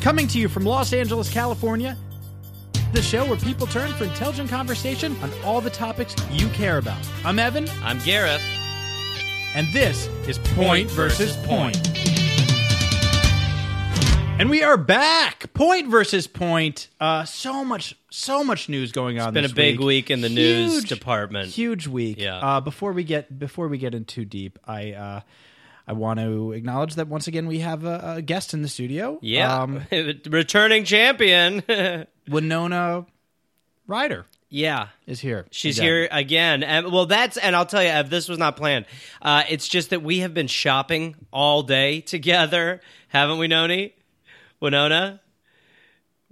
Coming to you from Los Angeles, California, the show where people turn for intelligent conversation on all the topics you care about. I'm Evan, I'm Gareth. and this is Point versus Point. And we are back. Point versus Point. Uh, so much, so much news going on. been this a big week in the news Huge- department. Huge week. Yeah. Uh, before we get before we get in too deep, I uh, I want to acknowledge that once again we have a, a guest in the studio. Yeah, Um, returning champion. Winona Ryder yeah, is here. she's again. here again. And, well, that's and I'll tell you, Ev, this was not planned. Uh, it's just that we have been shopping all day together, haven't we, Noni? Winona.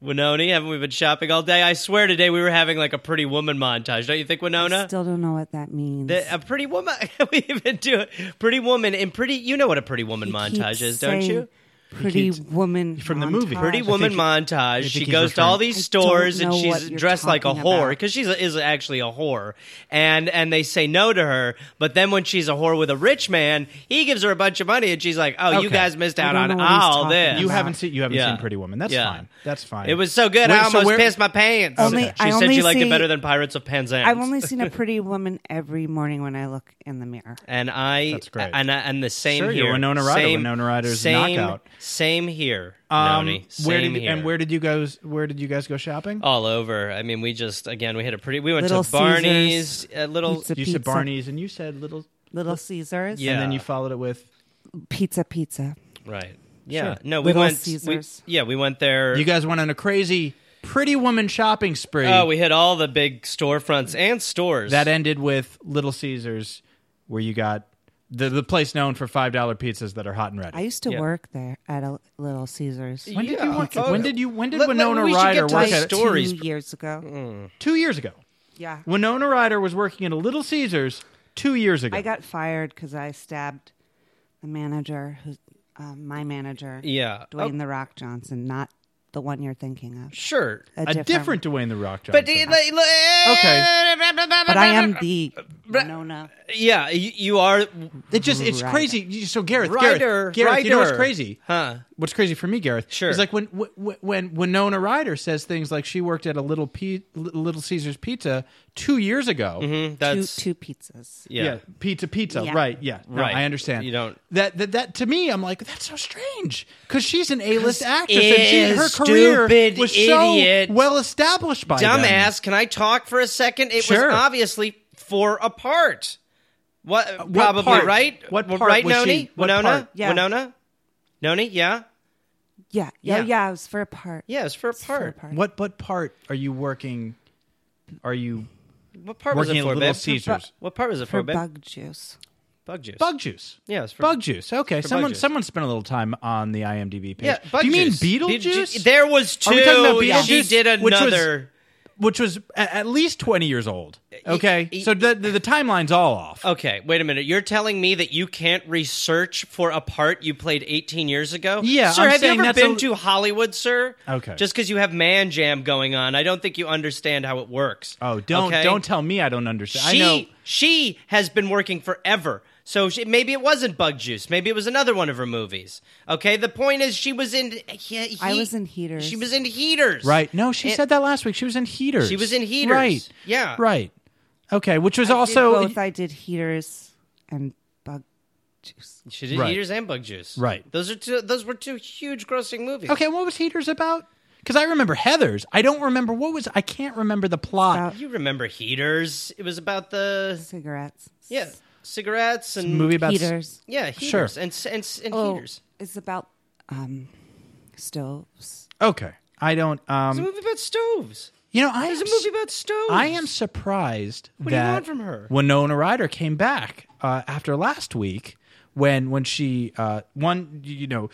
Winoni, haven't we been shopping all day? I swear today we were having like a pretty woman montage, don't you think, Winona? Still don't know what that means. That- a pretty woman. we even do it. Pretty woman and pretty. You know what a pretty woman montage Keeps is, don't saying you? Pretty keeps- woman From the movie. montage. Pretty Woman montage. She he's goes to all referring- these I stores don't and know what she's you're dressed like a talking whore about. because she's a, is actually a whore, and and they say no to her. But then when she's a whore with a rich man, he gives her a bunch of money, and she's like, "Oh, you Okay. guys missed I out don't on know what he's all talking this." about. You haven't seen you haven't Yeah. seen Pretty Woman. That's Yeah. fine. That's fine. It was so good. Where- I so almost where- pissed my pants. Only- she I said only she liked it see- better than Pirates of Penzance. I've only seen a pretty woman every morning when I look in the mirror. and I That's great. and I- and the same Sure, here. you're Winona Ryder. Same, Winona Ryder's same, knockout. Same here. Noni. Same Um, where did here. Oh, and where did you guys where did you guys go shopping? all over. I mean, we just again we had a pretty. We went Little to Barney's, Caesars, a little pizza, you pizza, said Barney's and you said Little Little Caesars, Yeah. and then you followed it with pizza, pizza. right. Yeah, Sure. no, we Little went. We, Caesars. yeah, we went there. you guys went on a crazy Pretty Woman shopping spree. Oh, we hit all the big storefronts and stores. that ended with Little Caesars where you got the the place known for $5 pizzas that are hot and ready. I used to Yeah. work there at a Little Caesars. when did you Yeah. work Oh, when did you when did let- let- Winona we should Ryder get to work the at sto- stories. two years ago. 2 years ago? Yeah, Winona Ryder was working at a Little Caesars 2 years ago. I got fired because I stabbed the manager, who, uh, my manager, Yeah. Dwayne Oh. the Rock Johnson, not the one you're thinking of. sure. a different Dwayne the Rock Johnson. But okay. But But I am the Winona. Yeah, you, you are. It just it's Right. crazy. You- So Gareth, Ryder, Gareth, Gareth you know what's Ryder. crazy? Huh. What's crazy for me, Gareth? Sure. Is like when when, when Winona Ryder says things like she worked at a little P, Little Caesars Pizza two years ago. Two, That's two pizzas. Mm-hmm. yeah. pizza, pizza. Yeah. Right, yeah, No, Right. I understand. You don't- that that, that to me. I'm like that's so strange because she's an A-list actress and she, is her career stupid was idiot. so well established by them. Dumbass, can I talk for a second? It Sure. was obviously for a part. What, probably Uh, part? right? What Well, part right, was she- Noni? what Winona? part? Yeah. Winona? Noni? Yeah? Yeah, yeah, Yeah. yeah. it was for a part. Yeah, it's for a For a part. part. What what part are you working? Are you What part was working it at for, Little babe? Caesars? What part was it for, for babe? bug juice. Bug juice. Bug juice. Yeah, it's for Bug Juice. Okay, for someone Bug Juice. someone spent a little time on the IMDb page. Yeah, bug Do you juice. mean Beetleju- Beetlejuice? There was two. Are we talking about She Beetlejuice? did Which was- another. which was a- at least twenty years old. Okay, y- Oh, so the, the the timeline's all off. Okay, wait a minute. You're telling me that you can't research for a part you played 18 years ago? Yeah, sir. I'm have you saying ever that's been a- to Hollywood, sir? Okay. Just because you have man jam going on, I don't think you understand how it works. Oh, don't okay? don't tell me I don't understand. She I know. she has been working forever. So she, maybe it wasn't Bug Juice. Maybe it was another one of her movies. Okay. The point is, she was in. He, I he- was in Heaters. She was in Heaters. Right? No, she And- said that last week. She was in Heaters. She was in Heaters. Right. Yeah. Right. Okay, which was I also did both I did heaters and bug juice. She did Right. Heaters and Bug Juice. Right. Those are two. Those were two huge grossing movies. okay. What was Heaters about? Because I remember Heather's. I don't remember what was. I can't remember the plot. About You remember Heaters? It was about the cigarettes. yeah cigarettes and movie about Heaters. Yeah, Sure. Heaters and s- and s- and Oh, Heaters. it's about um, stoves. Okay, I don't. It's a Um, movie about stoves. you know, I It's a am movie about stoves. I am surprised What do you that want from her? Winona Ryder came back uh, after last week when when she uh, one y- you know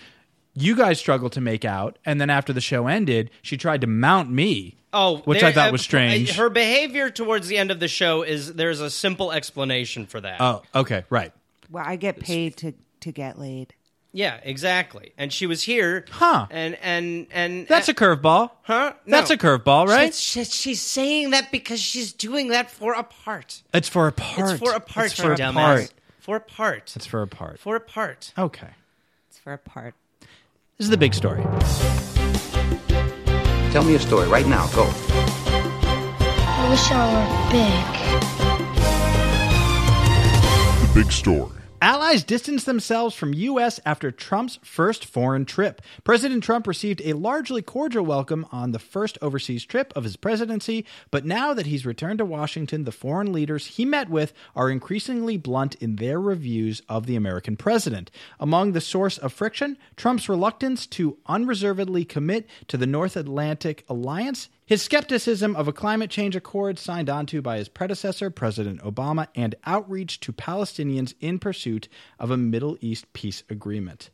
you guys struggled to make out, and then after the show ended, she tried to mount me. Oh, which there- I thought uh, was strange. Her behavior towards the end of the show is there's a simple explanation for that. oh, okay, right. Well, I get paid to to get laid. Yeah, exactly. And she was here. Huh. And and and uh, That's a curveball, Huh? No. That's a curveball, right? She's, she's- she's saying that because she's doing that for a part. It's for a part. It's for a part. It's for a dumbass. part. For a part. It's for a part. for a part. Okay, It's for a part. this is the big story. Tell me a story right now. Go. I wish I were big. The big story. Allies distanced themselves from U.S. after Trump's first foreign trip. President Trump received a largely cordial welcome on the first overseas trip of his presidency, but now that he's returned to Washington, the foreign leaders he met with are increasingly blunt in their reviews of the American president. Among the source of friction, Trump's reluctance to unreservedly commit to the North Atlantic Alliance his skepticism of a climate change accord signed onto by his predecessor, President Obama, and outreach to Palestinians in pursuit of a Middle East peace agreement.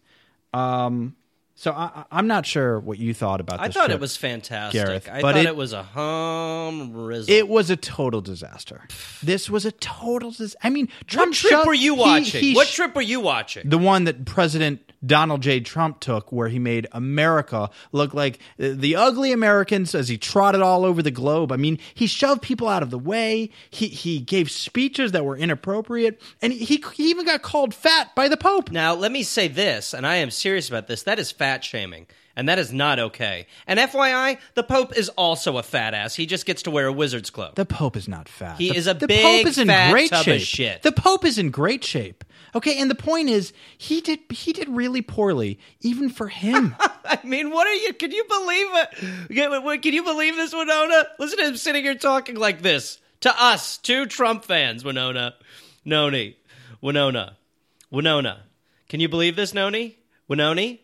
Um, so I, I- I'm not sure what you thought about I this. thought trip, it was fantastic. Gareth, I but thought it- it, was a hum rizzle. It was a total disaster. This was a total disaster. I mean, Trump what trip shoved- were you he- watching? he what sh- trip were you watching? The one that President Donald J. Trump took, where he made America look like uh, the ugly Americans as he trotted all over the globe. I mean, he shoved people out of the way. He he gave speeches that were inappropriate, and he, he even got called fat by the Pope. Now, let me say this, and I am serious about this. That is fat shaming, and that is not okay. And FYI, the Pope is also a fat ass. He just gets to wear a wizard's cloak. The Pope is not fat. He the, is a the big, Pope is in fat great tub shape. of shit. The Pope is in great shape. Okay, and the point is, he did he did really poorly, even for him. I mean, what are you? Can you believe it? Yeah, what- what- Can you believe this, Winona? Listen to him sitting here talking like this to us, two Trump fans, Winona, Noni, Winona, Winona. Can you believe this, Noni, Winoni,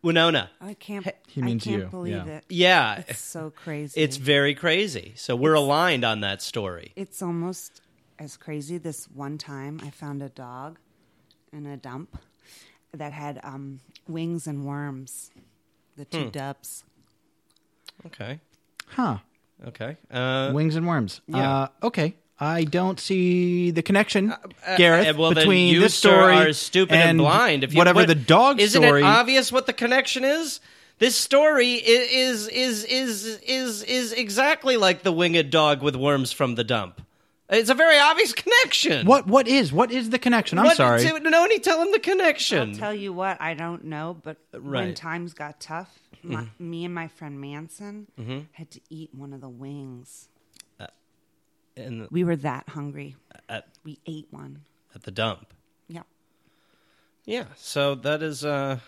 Winona? I can't. He means I can't you, Believe yeah. it. Yeah, It's so crazy. it's very crazy. So we're aligned on that story. it's almost as crazy. This one time, I found a dog in a dump that had um, wings and worms. The Hmm. two dubs. Okay, huh? okay. Uh, Wings and worms. Yeah. Uh, okay. I don't see the connection, Gareth, uh, well, between then you this sir, story are stupid and, blind. If you, whatever what- the dog isn't story. it obvious what the connection is? This story i- is is is is is exactly like the winged dog with worms from the dump. It's a very obvious connection. what what is what is the connection? I'm What- sorry. t- No, need tell him the connection. I'll tell you what, I don't know, but Uh, when Right. times got tough, my, Mm-hmm. me and my friend Manson had to eat one of the wings. In the- We were that hungry. we ate one. at the dump. Yep. Yeah. So that is uh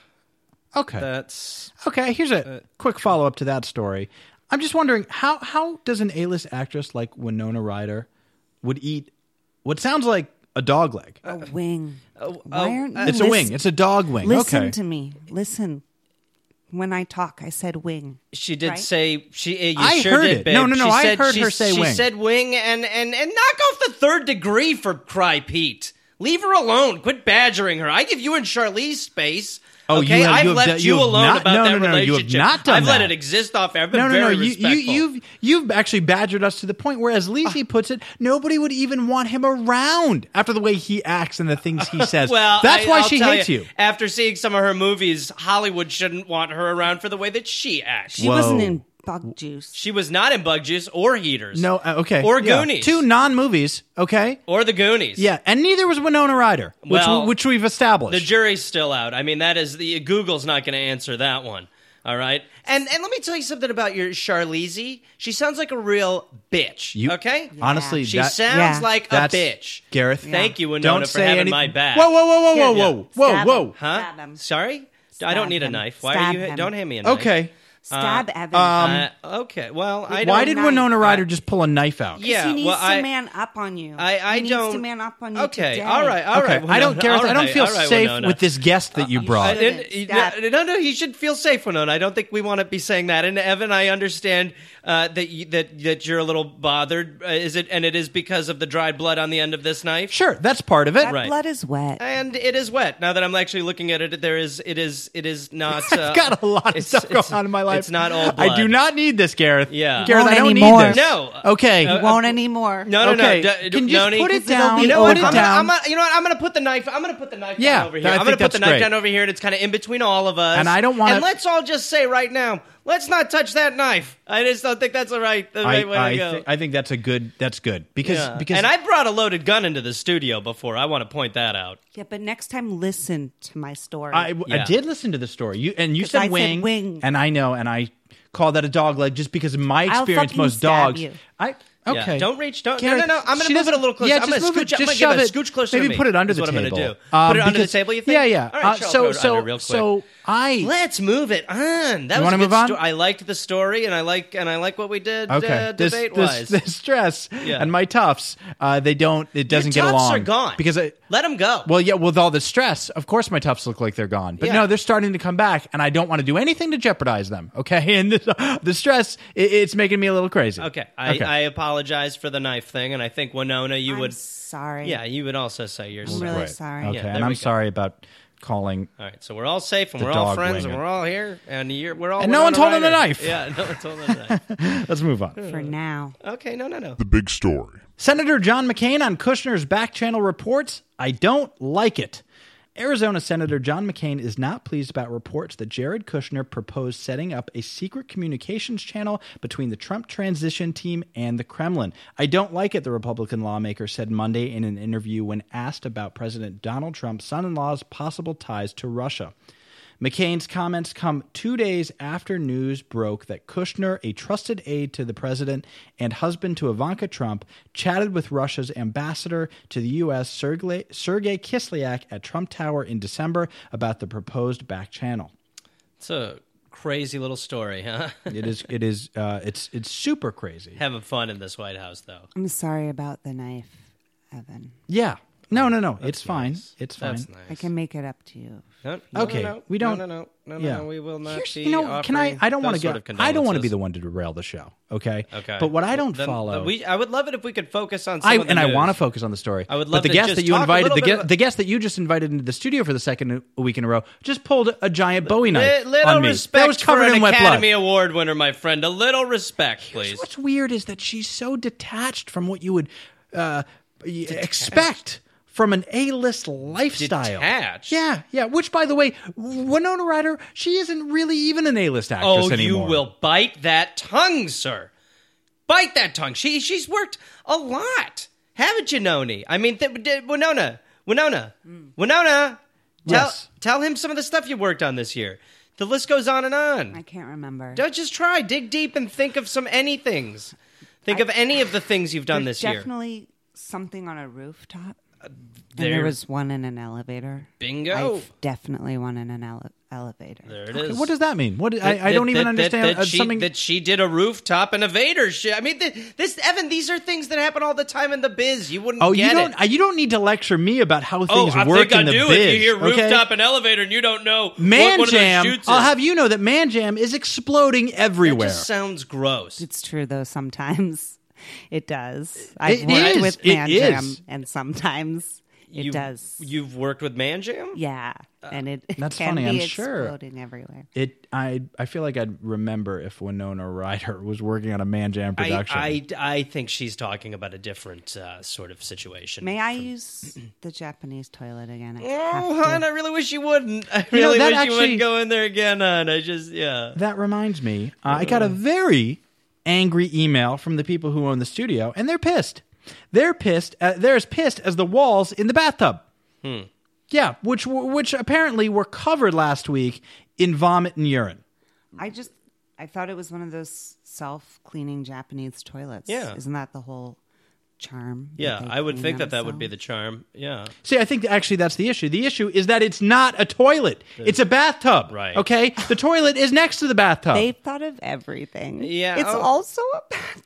okay. that's okay. Here's uh, a quick follow up to that story. I'm just wondering how how does an A list actress like Winona Ryder would eat what sounds like a dog leg? Uh, A wing. uh, Why aren't you oh, it's a lis- wing. It's a dog wing. Listen okay. to me. Listen. When I talk, I said wing. She did Right? say she. uh, You I sure heard did, it. babe. No, no, no, She I said, heard she, her say she wing. said wing, and and and knock off the third degree for cry Pete. Leave her alone. Quit badgering her. I give you and Charlize space. Oh, you okay, have- I've you have left done- you, you have alone not- about no, that no, no, you have relationship. not done I've let that. it exist off. I've been no, no, very no. You, respectful. Ah. you, you've you've actually badgered us to the point where, as Lisi puts it, nobody would even want him around after the way he acts and the things he says. well, that's I- why I'll she tell hates you. After seeing some of her movies, Hollywood shouldn't want her around for the way that she acts. She wasn't Whoa. in bug juice. She was not in Bug Juice or Heaters. No, uh, okay, Or Yeah. Goonies. two non movies. Okay, or the Goonies. yeah, and neither was Winona Ryder, which Well, which we've established. The jury's still out. I mean, that is the Google's not going to answer that one. All right, and and let me tell you something about your Charlize. She sounds like a real bitch. You- okay, honestly, she that- sounds Yeah. like a That's- bitch. Gareth, thank you, Winona, don't for say having any- my back. Whoa, whoa, whoa, whoa, Yeah. whoa, whoa, Stab whoa. him. huh? Stab him. Sorry, I Stab don't need a him. knife. Why Stab are you? him. Don't hand me a knife. Okay, Um, Stab Evan. Uh, okay. Well, why I don't- did knife. Winona Ryder just pull a knife out? Yeah. he needs well, to I- man up on you. I, I he needs don't to man up on you. Okay, today. all right, all Okay, right. I don't, Winona, Gareth. all I don't right, feel all right, safe Winona. Uh, with this guest that you brought. I didn't- Shouldn't. no, Stop. no, no, he should feel safe, Winona. I don't think we want to be saying that. And Evan, I understand uh, that you, that that you're a little bothered. Uh, is it? And it is because of the dried blood on the end of this knife. Sure, that's part of it. That Right. blood is wet. And it is wet. Now that I'm actually looking at it, there is it is it is not. Uh, I've got a lot of it's- stuff it's- going on in my life. It's not all. Blood. I do not need this, Gareth. Yeah. Gareth, Won't I don't anymore. need this. No. Okay. Uh, Won't anymore. No, no, okay. no. D- d- Can you just Noni- put it It'll down? be You know over. what? I'm Put it gonna, down. I'm gonna, you know what? I'm gonna put the knife. I'm gonna put the knife Yeah, down over I here. I'm think gonna put that's the knife great. down over here, and it's kind of in between all of us. And I don't wanna- And let's all just say right now, let's not touch that knife. I just don't think that's the right, the I, right way I to go. thi- I think that's a good. That's good because Yeah. because and I brought a loaded gun into the studio before. I want to point that out. Yeah, but next time listen to my story. I, I Yeah. did listen to the story. You and you 'Cause said I said wing, wing. and I know, and I call that a dog leg just because in my I'll experience fucking most stab dogs you. I Yeah. okay Don't reach. Don't. Garrett, no, no, no. I'm going she to move it a doesn't- little closer. Yeah, I'm just going to move scooch. it. I'm Just gonna shove give it. a scooch closer. Maybe to me. put it under That's the what table. I'm going to do. Um, put it under the because- table. You think? Yeah, yeah. All right, Uh, Shell so, Code so, under real quick. so I Let's move it on. That You was wanna a good move on? sto- I liked the story, and I like and I like what we did. okay Uh, this, debate wise, this, this stress Yeah. and my tufts uh, they don't it doesn't Your get tufts along Are gone because I, let them go. well yeah with all the stress of course my tufts look like they're gone but Yeah. no they're starting to come back and I don't want to do anything to jeopardize them okay and the, the stress it, it's making me a little crazy okay. I, I apologize for the knife thing, and I think Winona, you I'm would. sorry. Yeah, you would also say you're I'm sorry. really sorry. okay Yeah, there and we I'm go. sorry about calling All right, so we're all safe, and The we're all dog friends, and winger. we're all here, and you're we're all. And no one's Winona holding a Ryder. knife. Yeah, no one's holding a knife. let's move on For now. Okay, no, no, no. The big story. Senator John McCain on Kushner's back channel reports, I don't like it. Arizona Senator John McCain is not pleased about reports that Jared Kushner proposed setting up a secret communications channel between the Trump transition team and the Kremlin. I don't like it, the Republican lawmaker said Monday in an interview when asked about President Donald Trump's son in law's possible ties to Russia. McCain's comments come two days after news broke that Kushner, a trusted aide to the president and husband to Ivanka Trump, chatted with Russia's ambassador to the U.S., Sergei, Sergei Kislyak, at Trump Tower in December about the proposed back channel. It's a crazy little story, huh? It is, it is, uh, it's, it's super crazy. Having fun in this White House, though. I'm sorry about the knife, Evan. Yeah. No, no, no. It's fine. It's fine. That's I nice. can make it up to you. No, Okay, no, no, we no, don't- No, no, no, no, yeah. no, we will not. Here's- be you know, can I? offering I don't want those to sort get. of I don't want to be condolences. the one to derail the show. Okay. Okay. But what I don't Then- follow. then we, I would love it if we could focus on. Some I, of the and I news. want to focus on the story. I would but love the to guest just that you talk a invited, little the, bit gue- about- the guest that you just invited into the studio for the second week in a row, just pulled a giant Bowie knife Li- little on me. respect that was covered for an in wet blood. Academy Award winner, my friend. A little respect, please. What's weird is that she's so detached from what you would uh, y- expect from an A-list lifestyle. Detached? Yeah, yeah. Which, by the way, Winona Ryder, she isn't really even an A-list actress Oh, you anymore. will bite that tongue, sir. Bite that tongue. She she's worked a lot, haven't you, Noni? I mean, th- d- Winona, Winona, Hmm. Winona. Tell Yes. tell him some of the stuff you worked on this year. The list goes on and on. I can't remember. Don't just try. Dig deep and think of some anythings. Think of any of the things you've done There's this year. definitely something on a rooftop. and there there- was one in an elevator. Bingo. I've definitely one in an ele- elevator. There it is. What does that mean? What I, I don't even understand that, uh, she, something. that she did a rooftop and a Vader shit. I mean, th- this Evan, these are things that happen all the time in the biz. You wouldn't. Oh, get you don't. It. uh, You don't need to lecture me about how oh, things I work think I in the do. biz. if you hear okay? rooftop and elevator and you don't know what Man one of those Jam, shoots I'll is, have you know that Man Jam is exploding That everywhere. just sounds gross. It's true though. Sometimes it does. I've It worked is. with It Man is. Jam, and sometimes it You- does. You've worked with Man Jam. yeah, and it, it That's can funny, be I'm sure. exploding everywhere. It, I, I feel like I'd remember if Winona Ryder was working on a Man Jam I, production. I, I think she's talking about a different uh, sort of situation. May I use the Japanese toilet again? I Oh, have hon, to. I really wish you wouldn't. I know, really that wish you actually- wouldn't go in there again, hon. I just, yeah. that reminds me, uh, I got a very angry email from the people who own the studio, and they're pissed. They're pissed. Uh, they're as pissed as the walls in the bathtub. Hmm. Yeah, which which apparently were covered last week in vomit and urine. I just I thought it was one of those self-cleaning Japanese toilets. Yeah. isn't that the whole charm? that Yeah, they I would clean think that that would be the themselves? charm. Yeah. See, I think actually that's the issue. The issue is that it's not a toilet; it's a bathtub. Right. Okay. The toilet is next to the bathtub. They've thought of everything. Yeah, it's oh. also a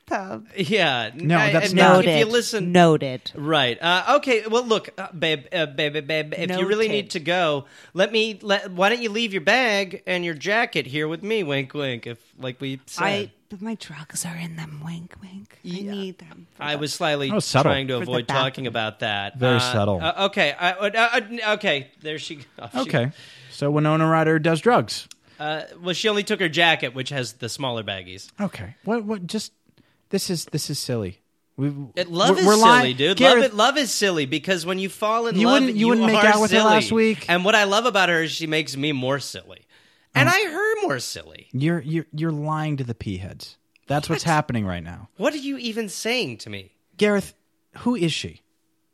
bathtub. Yeah. No, that's and not- If you listen, Noted. right? Uh, okay. Well, look, uh, babe, uh, babe, babe, babe. If you really Noted. need to go, let me. Let, why don't you leave your bag and your jacket here with me? Wink, wink. If like we said, I but my drugs are in them. Wink, wink. I need them. for I the- was slightly That was subtle. trying to For the avoid bathroom. talking about that. Very Uh, subtle. Uh, okay. I, uh, uh, okay. There she goes. Okay. So Winona Ryder does drugs. Uh, well, she only took her jacket, which has the smaller baggies. Okay. What? What? Just this is this is silly. We It, love we're- is we're silly, lying- dude. Gareth, love it. Love is silly because when you fall in You love, wouldn't- you wouldn't make are out with her silly. last week. And what I love about her is she makes me more silly, Mm. and I her more silly. You're you're you're lying to the pea heads. That's what's happening right now. What are you even saying to me? Gareth, who is she?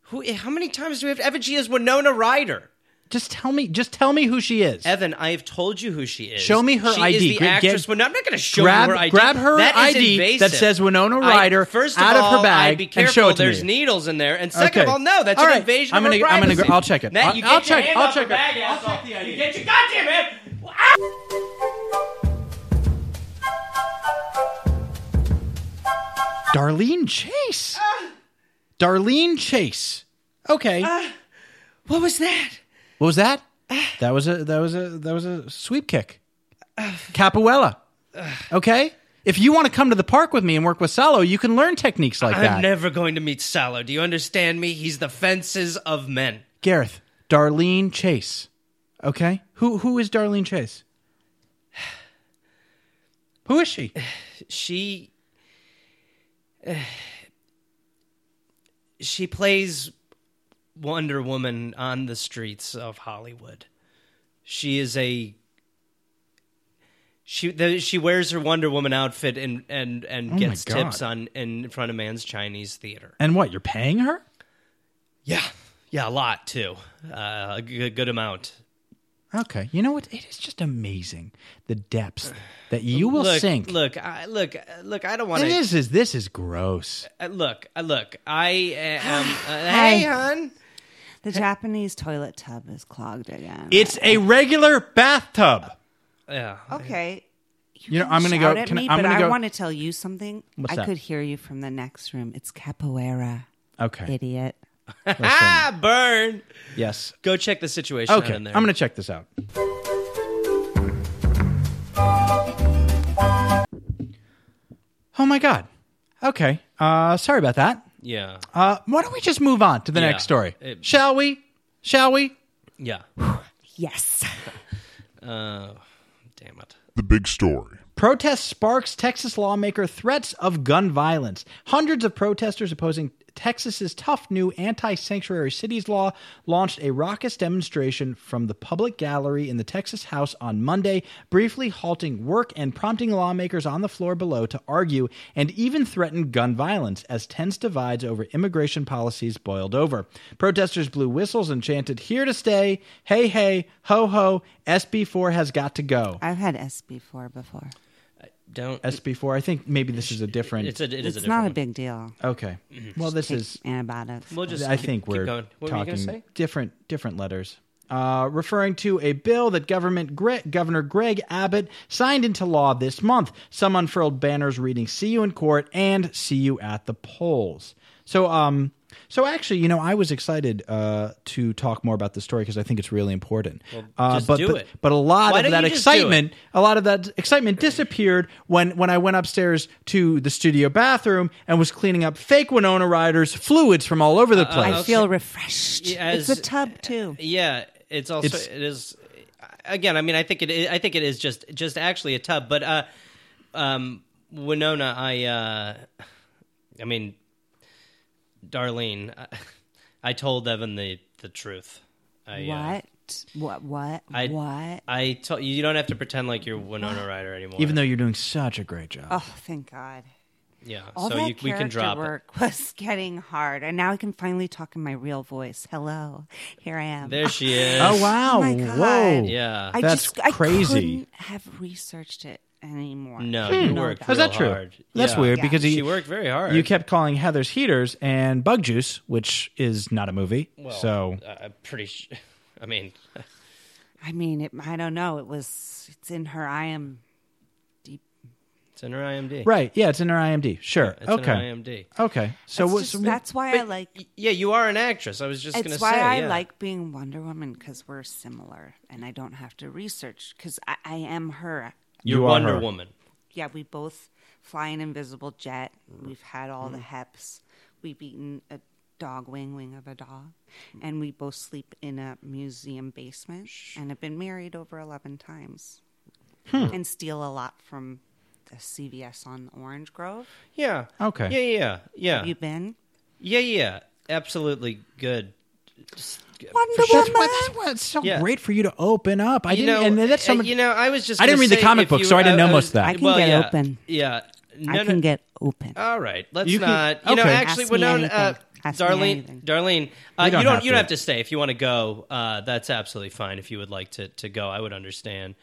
Who? How many times do we have? to- Evan, she is Winona Ryder. Just tell me. Just tell me who she is. Evan, I have told you who she is. Show me her she ID. Is the Get- actress. get- Winona- I'm not going to show grab- you her ID. grab her That is ID that invasive. says Winona I- Ryder first of out of her all, bag I'd be and careful. show it to There's me. needles in there. And second of all, no, that's All an right. invasion I'm of gonna, her I'm gonna. privacy. I'll check it. Nat, I'll, you I'll get your check. hand I'll off check her bag, it. asshole. I'll check the ID. You get your goddamn hand. Darlene Chase. Ah! Darlene Chase. Okay. What was that? what was that? that was a that was a that was a sweep kick. Capoeira. okay. If you want to come to the park with me and work with Salo, you can learn techniques like that. I'm never going to meet Salo. Do you understand me? He's the fences of men. Gareth, Darlene Chase. Okay? Who who is Darlene Chase? Who is she? She. She plays Wonder Woman on the streets of Hollywood. She is a. She the, she wears her Wonder Woman outfit and and and Oh my gets God. tips on in front of man's Chinese theater. And what, you're paying her? Yeah, yeah, a lot too, uh, a good, good amount. Okay. You know what? It is just amazing the depths that you will look, sink. Look, I, look, uh, look. I don't want And to this is this is gross. Uh, look, uh, look. I am. Uh, hey, hon. The Japanese toilet tub is clogged again. It's a regular bathtub. Yeah. okay. You know, I'm gonna Shout go. At Can, me, I'm but gonna go. I want to tell you something. What's I that? could hear you from the next room. It's capoeira, okay. idiot. Ah, burn. Yes. Go check the situation out Okay. in I'm there. gonna check this out. Oh my god. Okay. Uh, sorry about that. Yeah. Uh, why don't we just move on to the Yeah. next story? It- Shall we? Shall we? Yeah. Yes. Uh, damn it. The big story. Protest sparks Texas lawmaker threats of gun violence. Hundreds of protesters opposing Texas's tough new anti-sanctuary cities law launched a raucous demonstration from the public gallery in the Texas House on Monday, briefly halting work and prompting lawmakers on the floor below to argue and even threaten gun violence as tense divides over immigration policies boiled over. Protesters blew whistles and chanted, "Here to stay, hey hey, ho ho, SB4 has got to go." I've had SB4 before. Don't. SB4. I think maybe this is a different. It's a. It is it's a not different a big deal. okay. Well, this Take is. antibiotics. One. We'll just. I keep- think keep we're going. What were you talking gonna say? different different letters. Uh, referring to a bill that government Gre- Governor Greg Abbott signed into law this month. Some unfurled banners reading "See you in court" and "See you at the polls." So, um, so actually, you know, I was excited uh, to talk more about this story because I think it's really important. uh, just but, do but, it. but a lot Why of don't that you just do it? excitement a lot of that excitement disappeared when when I went upstairs to the studio bathroom and was cleaning up fake Winona Ryder's fluids from all Uh, over the place. I feel refreshed. Yeah, it's as- a tub too. Yeah, it's also It's- it is. Again, I mean, I think it. Is, I think it is just just actually a tub. But uh, um, Winona, I, uh, I mean, Darlene, I, I told Evan the the truth. I, uh, What? What? What? I, what? I told you. You don't have to pretend like you're Winona Ryder anymore. Even though you're doing such a great job. oh, thank God. yeah, All so that you, character we can drop it. work was getting hard, and now I can finally talk in my real voice. Hello, here I am. There she is. oh wow! Oh my God. Whoa! Yeah. I That's just, I crazy. couldn't have researched it anymore. no, you worked. Is Hmm. that real true? hard. That's Yeah. weird Yeah. because he, She worked very hard. you kept calling Heather's Heaters and Bug Juice, which is not a movie. so I- I'm Uh, pretty. Sh- I mean, I mean, it, I don't know. It was, it's in her. I am it's in her IMD. right, yeah, it's in her IMD. Sure. It's okay. in her IMD. Okay. So That's, what's just- that's why I like. Y- Yeah, you are an actress. I was just going to It's say. why I yeah. like being Wonder Woman because we're similar, and I don't have to research because I, I am her. You're You are Wonder her. Woman. Yeah, we both fly an invisible jet. Mm-hmm. We've had all the heps. We've eaten a dog wing, wing of a dog, and we both sleep in a museum basement and have been married over eleven times, Hmm. and steal a lot from the CVS on Orange Grove. Yeah. Okay. Yeah, yeah, yeah, Have yeah, you been? yeah, yeah. Absolutely good. Just- Wonder that's why, that's why it's so Yeah. great for you to open up. I You didn't, know, and that's uh, something. you know, I was just. I didn't gonna read the say comic if book, you- so I didn't know most was- of that. I can well, get yeah, open. Yeah, no, I can no, Uh, get open. All right, let's You can- not. You know, okay. actually, Ask me Winona. Uh, anything. Ask me anything. Darlene, Darlene, uh, We don't you don't have you to. don't have to stay if you want to go. Uh, that's absolutely fine. If you would like to to go, I would understand.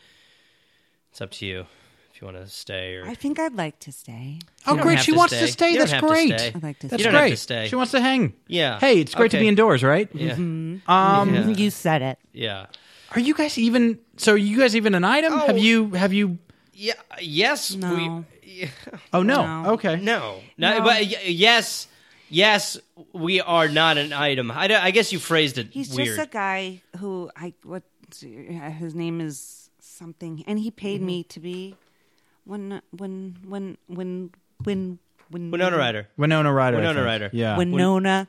It's up to you if you want to stay or I think I'd like to stay. Oh, don't great! have She to wants to stay. stay. You don't That's have to great. stay. I'd like to That's stay. You don't great. have to stay. She wants to hang. Yeah. Hey, it's great to Okay. be indoors, right? yeah Um, Yeah. You said it. yeah are you guys even? So, are you guys even an item? Have you? Have you? yeah yes No. we yeah, Oh no. No. Okay. no no but y- yes yes we are not an item. I, don't- I guess you phrased it He's weird. just a guy who I what uh, his name is something, and he paid Mm-hmm. me to be when when when when when when Winona Ryder. Winona Ryder. I Winona think. Ryder. Yeah. Winona.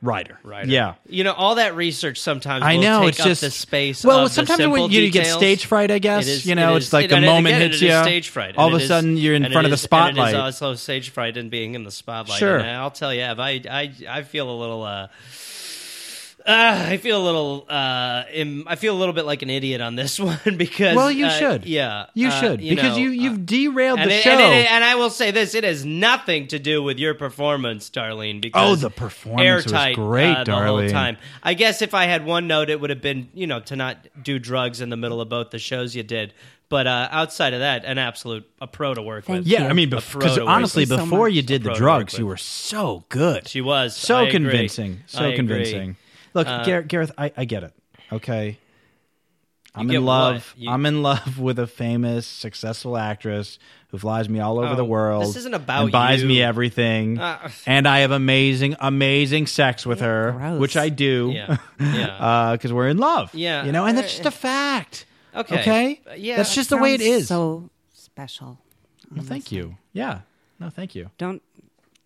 Ryder. Ryder. Yeah. you know all that research sometimes. I will know take it's up just the space. Well, of the sometimes when simple you get details. stage fright, I guess It is- you know, it it's is- like and- the and moment again, hits it is you. Stage fright. All and of it a is- sudden, you're in and it front of the is- and spotlight. it is also stage fright and being in the spotlight. Sure. And I'll tell you, Ev, I, I, I feel a little. Uh, uh, I feel a little. Uh, im- I feel a little bit like an idiot on this one because. Well, you uh, should. Yeah, you uh, should because know, you uh, you've derailed and the it- show. and, it- and I will say this: it has nothing to do with your performance, Darlene. Because Oh, the performance was airtight, great, uh, the whole Darlene. time. I guess if I had one note, it would have been you know to not do drugs in the middle of both the shows you did. But uh, outside of that, an absolute a pro to work Thank with. you. yeah, I mean, A pro because to work honestly, with. Thank you so before much. you did the pro to drugs, work you with. were so good. She was I so agree. convincing, I so agree. Uh, convincing. Look, Gareth, Gareth I, I get it. Okay, I'm get in what? love. You- I'm in love with a famous, successful actress who flies me all over Oh, the world. this isn't about and buys you. me everything, Uh. and I have amazing, amazing sex with her, Gross. which I do. Yeah, yeah. because we're in love. Yeah. Uh, you know, and that's just a fact. Okay. okay, Uh, yeah. that's just the way it Sounds is. So special. Well, thank you. Yeah, no, thank you. Don't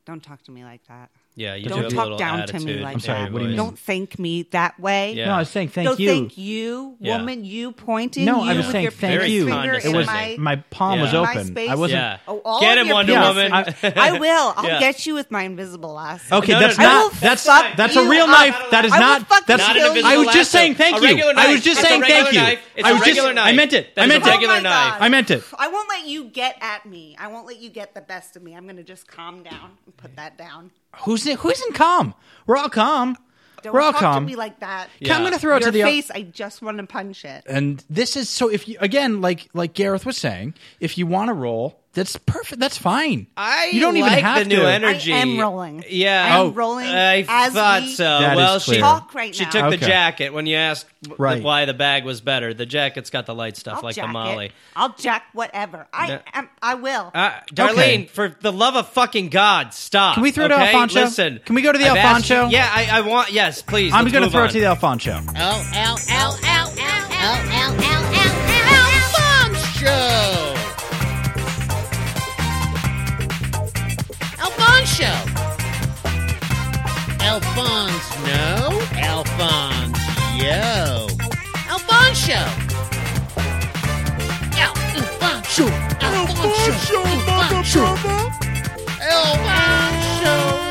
don't talk to me like that. yeah, you Don't do have a talk little down to me attitude like in that. your What do you voice. mean? Don't thank me that way. Yeah. No, I was saying thank Don't you. thank you, Yeah. woman. You pointing. no, you I was with saying your thank index Very you. Finger It in was condescending. my palm was Yeah. my open. space. I wasn't. Yeah. Oh, all Get of him, your Wonder pieces. Woman. I will. I'll Yeah. get you with my invisible lasso. Okay, No, that's no, no. I not. will That's fuck not. That's a you real up. knife. That is I will not. fuck That's. you up. I was just saying A thank you. regular I was knife. just It's a saying regular thank you. knife. It's I a was just. regular I knife. meant it. That I is a meant regular it. Oh my knife. I meant it. I won't let you get at me. I won't let you get the best of me. I'm going to just calm down and put that down. Who's in, who isn't calm? We're all calm. Don't We're all talk calm. to me like that. Okay, I'm Yeah. going to throw it Your to the face, I just want to punch it. and this is so. If you again, like like Gareth was saying, if you want to roll, that's perfect. That's fine. I you don't like even have the new to. energy. I am rolling. Yeah, I am Oh. rolling. I as thought we so. That well, is she clear. Talk right she now. took Okay. the jacket when you asked w- Right. why the bag was better. The jacket's got the light stuff I'll like jack the Molly. It. I'll jack whatever. I No. am. I will. Uh, Darlene, Okay. for the love of fucking God, stop. Can we throw okay? to Alfonso? Listen, Can we go to the I've asked Alfonso? you- yeah, I, I want. Yes, please. I'm let's going to move throw on. it to the Alfonso. L L L L L L L L L Alfonso. Alfonso. Alphonse no. Alphonse yo. Alfonso. Al- Alfonso. Alfonso. Alfonso. Alfonso. Alfonso.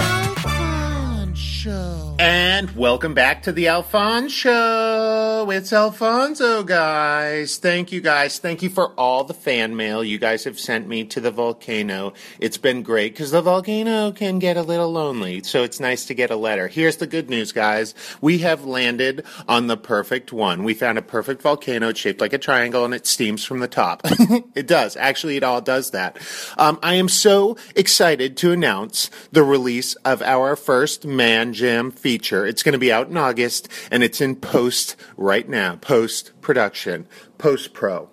And welcome back to the Alfonso. It's Alfonso, guys. Thank you, guys. Thank you for all the fan mail you guys have sent me to the volcano. It's been great because the volcano can get a little lonely, so it's nice to get a letter. Here's the good news, guys. We have landed on the perfect one. We found a perfect volcano. It's shaped like a triangle and it steams from the top. it does. Actually, it all does that. Um, I am so excited to announce the release of our first Man Jam feature. It's going to be out in August and it's in post right now, post production, post pro.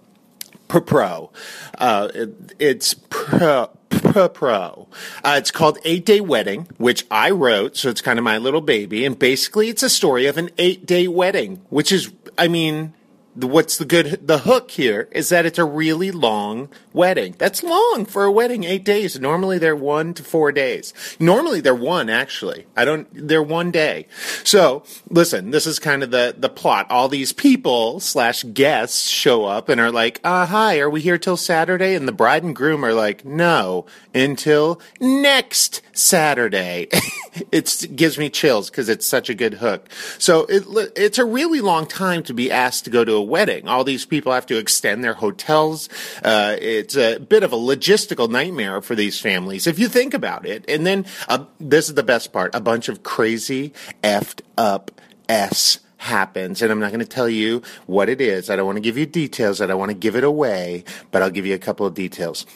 Pro Pro. Uh, it- it's Pro Pro. pro. Uh, it's called Eight Day Wedding, which I wrote, so it's kind of my little baby. And basically, it's a story of an eight day wedding, which is, I mean, the- what's the good the hook here is that it's a really long wedding that's long for a wedding eight days normally they're one to four days normally they're one actually i don't they're one day so listen this is kind of the the plot all these people slash guests show up and are like uh hi are we here till saturday and the bride and groom are like no until next saturday it's gives me chills because it's such a good hook. So it, it's a really long time to be asked to go to a wedding. All these people have to extend their hotels. Uh, it's a bit of a logistical nightmare for these families if you think about it. And then uh, this is the best part: a bunch of crazy effed up s happens and i'm not going to tell you what it is i don't want to give you details i don't want to give it away but i'll give you a couple of details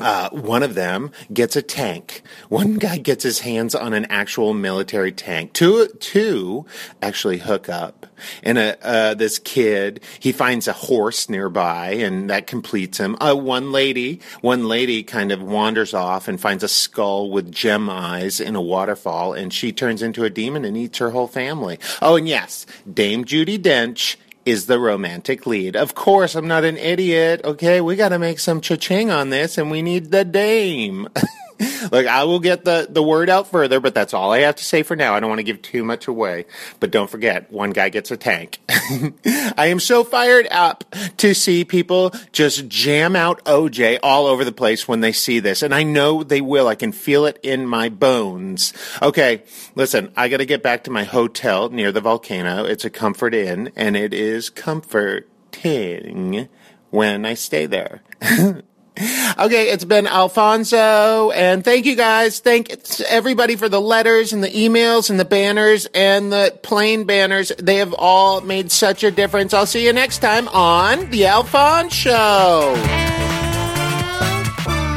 uh, one of them gets a tank. One guy gets his hands on an actual military tank. Two, two actually hook up. And uh uh, this kid, he finds a horse nearby, and that completes him. Uh, one lady, one lady kind of wanders off and finds a skull with gem eyes in a waterfall, and she turns into a demon and eats her whole family. Oh, and yes, Dame Judy Dench is the romantic lead. Of course, I'm not an idiot. Okay, we got to make some cha-ching on this and we need the dame. Look, I will get the, the word out further, but that's all I have to say for now. I don't want to give too much away. But don't forget, one guy gets a tank. I am so fired up to see people just jam out OJ all over the place when they see this. And I know they will. I can feel it in my bones. Okay, listen, I got to get back to my hotel near the volcano. It's a comfort inn, and it is comforting when I stay there. Okay, it's been Alfonso, and thank you guys. Thank everybody for the letters and the emails and the banners and the plain banners. They have all made such a difference. I'll see you next time on The Alfonso.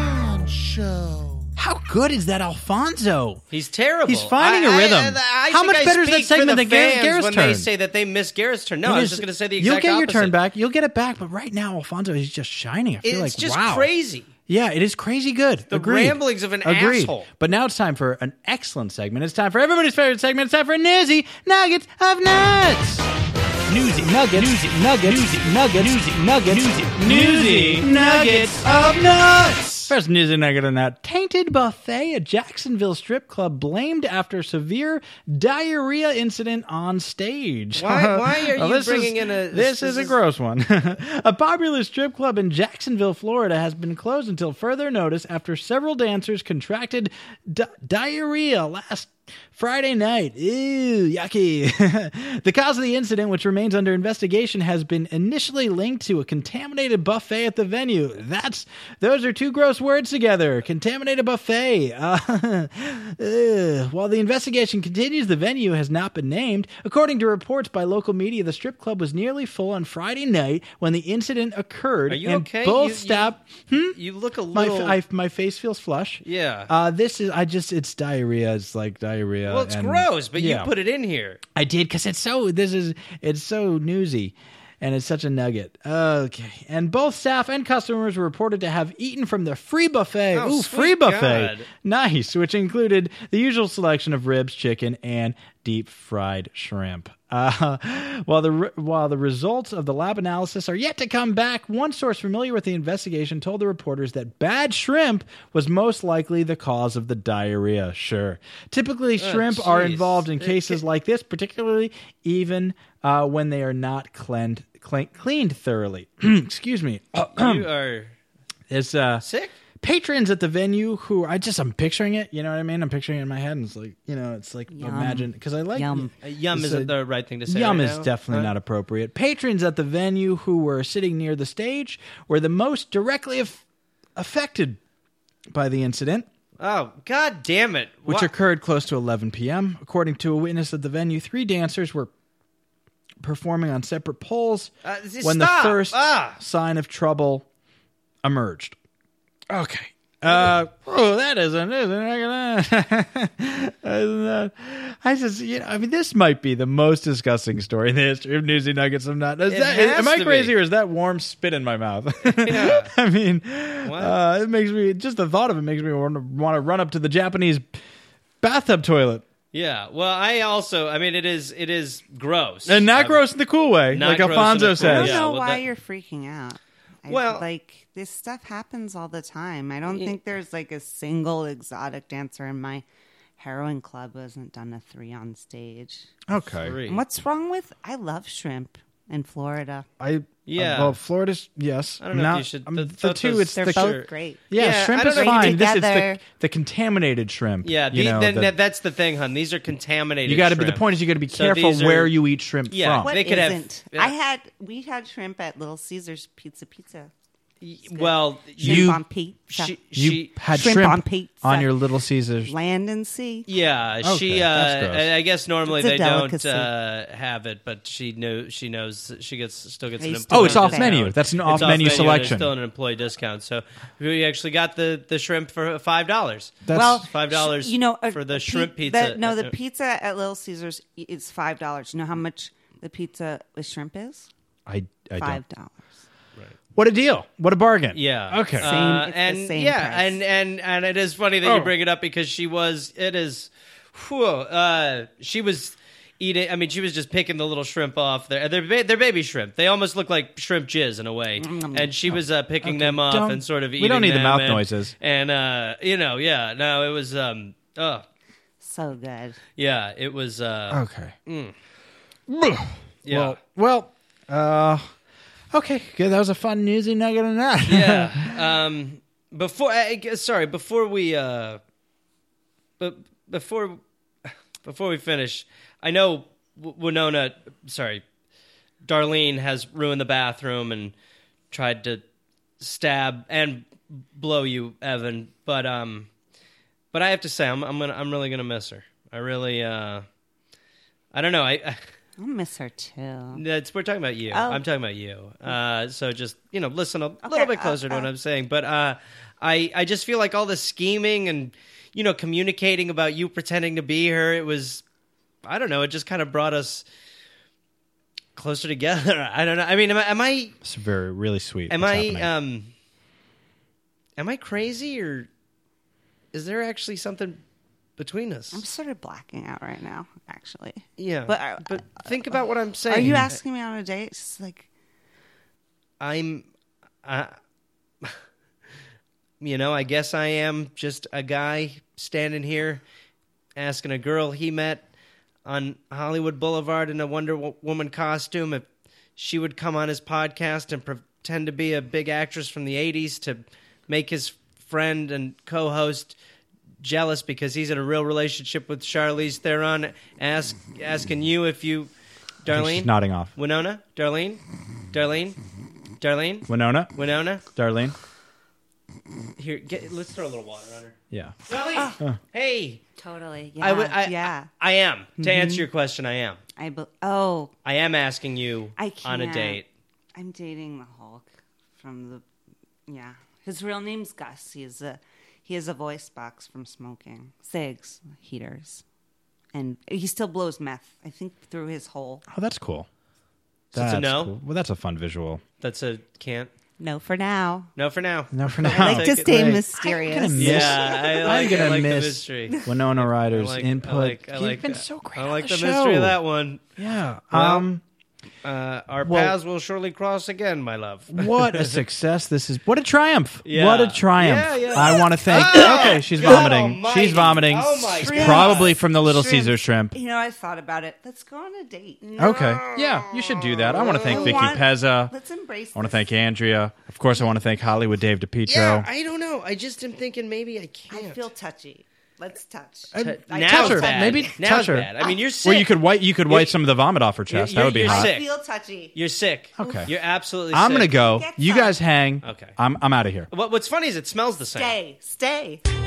Alfonso. How good is that, Alfonso? He's terrible. He's finding a a rhythm. How much better is that segment than Gareth- Gareth's when turn? they say that they miss Garrett's turn? It No, I was is- just going to say the You'll exact get your turn opposite. back. You'll get it back. But right now, Alfonso is just shining. I feel It's like just wow. crazy. Yeah, it is crazy good. The ramblings of an asshole. But now it's time for an excellent segment. It's time for everybody's favorite segment. It's time for Newsy Nuggets of Nuts. Newsy Nuggets. Newsy Nuggets. Newsy Nuggets. Newsy Nuggets. Newsy Nuggets of Nuts. First Newsy Nugget of Nuts. Tainted buffet at Jacksonville strip club blamed after severe diarrhea incident on stage. Why- why are you this bringing is, in a- This, this- is this a is- gross one. a popular strip club in Jacksonville, Florida, has been closed until further notice after several dancers contracted di- diarrhea last. Friday night. Ew, yucky. the cause of the incident, which remains under investigation, has been initially linked to a contaminated buffet at the venue. That's those are two gross words together. Contaminated buffet. Uh, Ugh. While the investigation continues, the venue has not been named. According to reports by local media, the strip club was nearly full on Friday night when the incident occurred. Are you and okay? Both You- stop. You, you look a My, f little. I my face feels flush. Yeah. Uh, this is I just it's diarrhea. It's like diarrhea. well, it's Uh, and- gross, but yeah. you put it in here. I did because it's so. This is it's so newsy, and it's such a nugget. Okay, and both staff and customers were reported to have eaten from the free buffet. Oh, Ooh, free sweet buffet, God. nice, which included the usual selection of ribs, chicken, and deep fried shrimp. Uh, while the re- while the results of the lab analysis are yet to come back, one source familiar with the investigation told the reporters that bad shrimp was most likely the cause of the diarrhea. Sure, typically shrimp are Oh, jeez. involved in It- cases like this, particularly even uh, when they are not cleaned clean, cleaned thoroughly. Excuse me. you are It's uh, sick. patrons at the venue who I just I'm picturing it. You know what I mean? I'm picturing it in my head, and it's like you know, it's like imagine because I like Yum. Uh, yum It's isn't a- the right thing to say. Yum right is now, definitely right? not appropriate. Patrons at the venue who were sitting near the stage were the most directly aff affected by the incident Oh God damn it! which Wha- occurred close to 11 p.m. According to a witness at the venue, three dancers were performing on separate poles Uh, s- when stop. the first Ah. sign of trouble emerged. Okay. Uh, oh, that isn't, isn't that- isn't that- I just, you know, I mean, this might be the most disgusting story in the history of Newsy Nuggets. I'm not. Is It that, is- has am I to crazy be. or is that warm spit in my mouth? I mean, uh, it makes me just the thought of it makes me want to, want to run up to the Japanese bathtub toilet, Yeah. Well, I also. I mean, it is. It is gross. and not I- gross in the cool way, Not like gross in the Alfonso cool- I don't says. Yeah, know well, why that- you're freaking out. I, Well- like this stuff happens all the time. I don't think there's like a single exotic dancer in my heroin club who hasn't done a three on stage. Okay, Three. And what's wrong with? I love shrimp in Florida. I uh, Yeah. well, Florida's yes. I don't know if you should- Um, th- the both two. those- It's they're the both sure. great. Yeah, Yeah, I shrimp don't is know. fine. This is the Together. the contaminated shrimp. yeah, the, you know, then the- that- that's the thing, hun. These are contaminated. you got to be. shrimp. The point is, you got to be So careful these are- where you eat shrimp Yeah. from. What They could have- not yeah. I had we had shrimp at Little Caesars Pizza Pizza. Well, Shrimp You- on pizza. she, you she had Shrimp shrimp on pizza. on your Little Caesars. Land and sea. Yeah, Okay, she. Uh, that's gross. I I guess normally It's a they don't delicacy. uh, have it, but she knew. She knows she gets still gets They an used to employee. Oh, it's off discount. menu. That's an It's off menu There's selection. Still an employee discount. So we actually got the the shrimp for five dollars. That's- well, five dollars. You know, a for the pi- shrimp pizza. no, Uh, the pizza at Little Caesars i- is five dollars. You know how much the pizza with shrimp is? I, I don't. Five dollars. What a deal! What a bargain! Yeah. Okay. Uh, Same- it's the and same yeah, price. and and and it is funny that Oh. you bring it up because she was. It is. Whew, uh, she was eating. I mean, she was just picking the little shrimp off there. They're ba- they're baby shrimp. They almost look like shrimp jizz in a Mm, way. And she was uh, picking them off Don't- and sort of. we eating don't need the them mouth and- noises. And uh, you know, yeah. No, it was. Um. Oh, So good. yeah. It was. Uh. okay. yeah. Oh, Well, well, uh, okay. Good. That was a fun newsy nugget and that. yeah. Um, before, I guess, sorry, before we, uh, but before, before we finish, I know W- Winona, sorry, Darlene has ruined the bathroom and tried to stab and blow you, Evan. But um, but I have to say, I'm I'm gonna I'm really gonna miss her. I really uh, I don't know. I I'll miss her too. that's we're talking about you. I'm talking about you. Uh, so just you know, listen a Oh. Okay, little bit uh, closer to what I'm saying. But uh, I I just feel like all the scheming and you know communicating about you pretending to be her. It was I don't know. It just kind of brought us closer together. I don't know. I mean, am I am I It's very really sweet. am what's I happening. um am I crazy or is there actually something between us? I'm sort of blacking out right now, actually. yeah, but but, I- think about what I'm saying. Are you asking me on a date? It's just like I'm, I, you know, I guess I am just a guy standing here asking a girl he met on Hollywood Boulevard in a Wonder Wo- Woman costume if she would come on his podcast and pretend to be a big actress from the 80s to make his friend and co host jealous because he's in a real relationship with Charlize Theron ask, asking you if you. I think Darlene? she's nodding off. Winona, Darlene, Darlene, Darlene, Winona, Winona. Darlene. Here, get, let's throw a little water on her. Yeah. Darlene, hey, totally. Yeah. I would- I, yeah. I, I am. Mm-hmm. To answer your question, I am. I, be- oh, I am asking you I on a can't. date. I'm dating the Hulk from the yeah. His real name's Gus. He is a he has a voice box from smoking cigs heaters, and he still blows meth. I think through his hole. Oh, that's cool. So it's a no? cool. Well, that's a fun visual. That's a can't. No, for now. No, for now. No, for now. I like Like to it. stay Right. mysterious. miss- Yeah, I like, gonna I like miss the mystery. Winona I Ryder's like, input. I like, I You've like been that. so great. I on like the, the, mystery show. of that one. Yeah. Well- um. Uh, our Well- paths will surely cross again, my love. What a success this is! What a triumph! Yeah. What a triumph! Yeah, yeah. I want to thank. okay, she's God vomiting. almighty. She's vomiting. Oh my It's God. Probably from the Little Shrimp. Caesar shrimp. You know, I thought about it. Let's go on a date. Okay. Yeah, you should do that. I want to thank I Vicky want- Pezza. Let's embrace. I want to this. thank Andrea. Of course, I want to thank Hollywood Dave DePietro. Yeah, I don't know. I just am thinking maybe I can't. I feel touchy. Let's touch. now touch her. bad. Maybe Now's touch her. bad. I mean, you're sick. well, you could wipe. You could wipe some of the vomit off her chest. you're- that would be you're hot. sick. I feel touchy. You're sick. Okay. You're absolutely sick. I'm gonna go. Get You some. guys hang. Okay. I'm I'm out of here. What, what's funny is it smells the same. Stay, stay.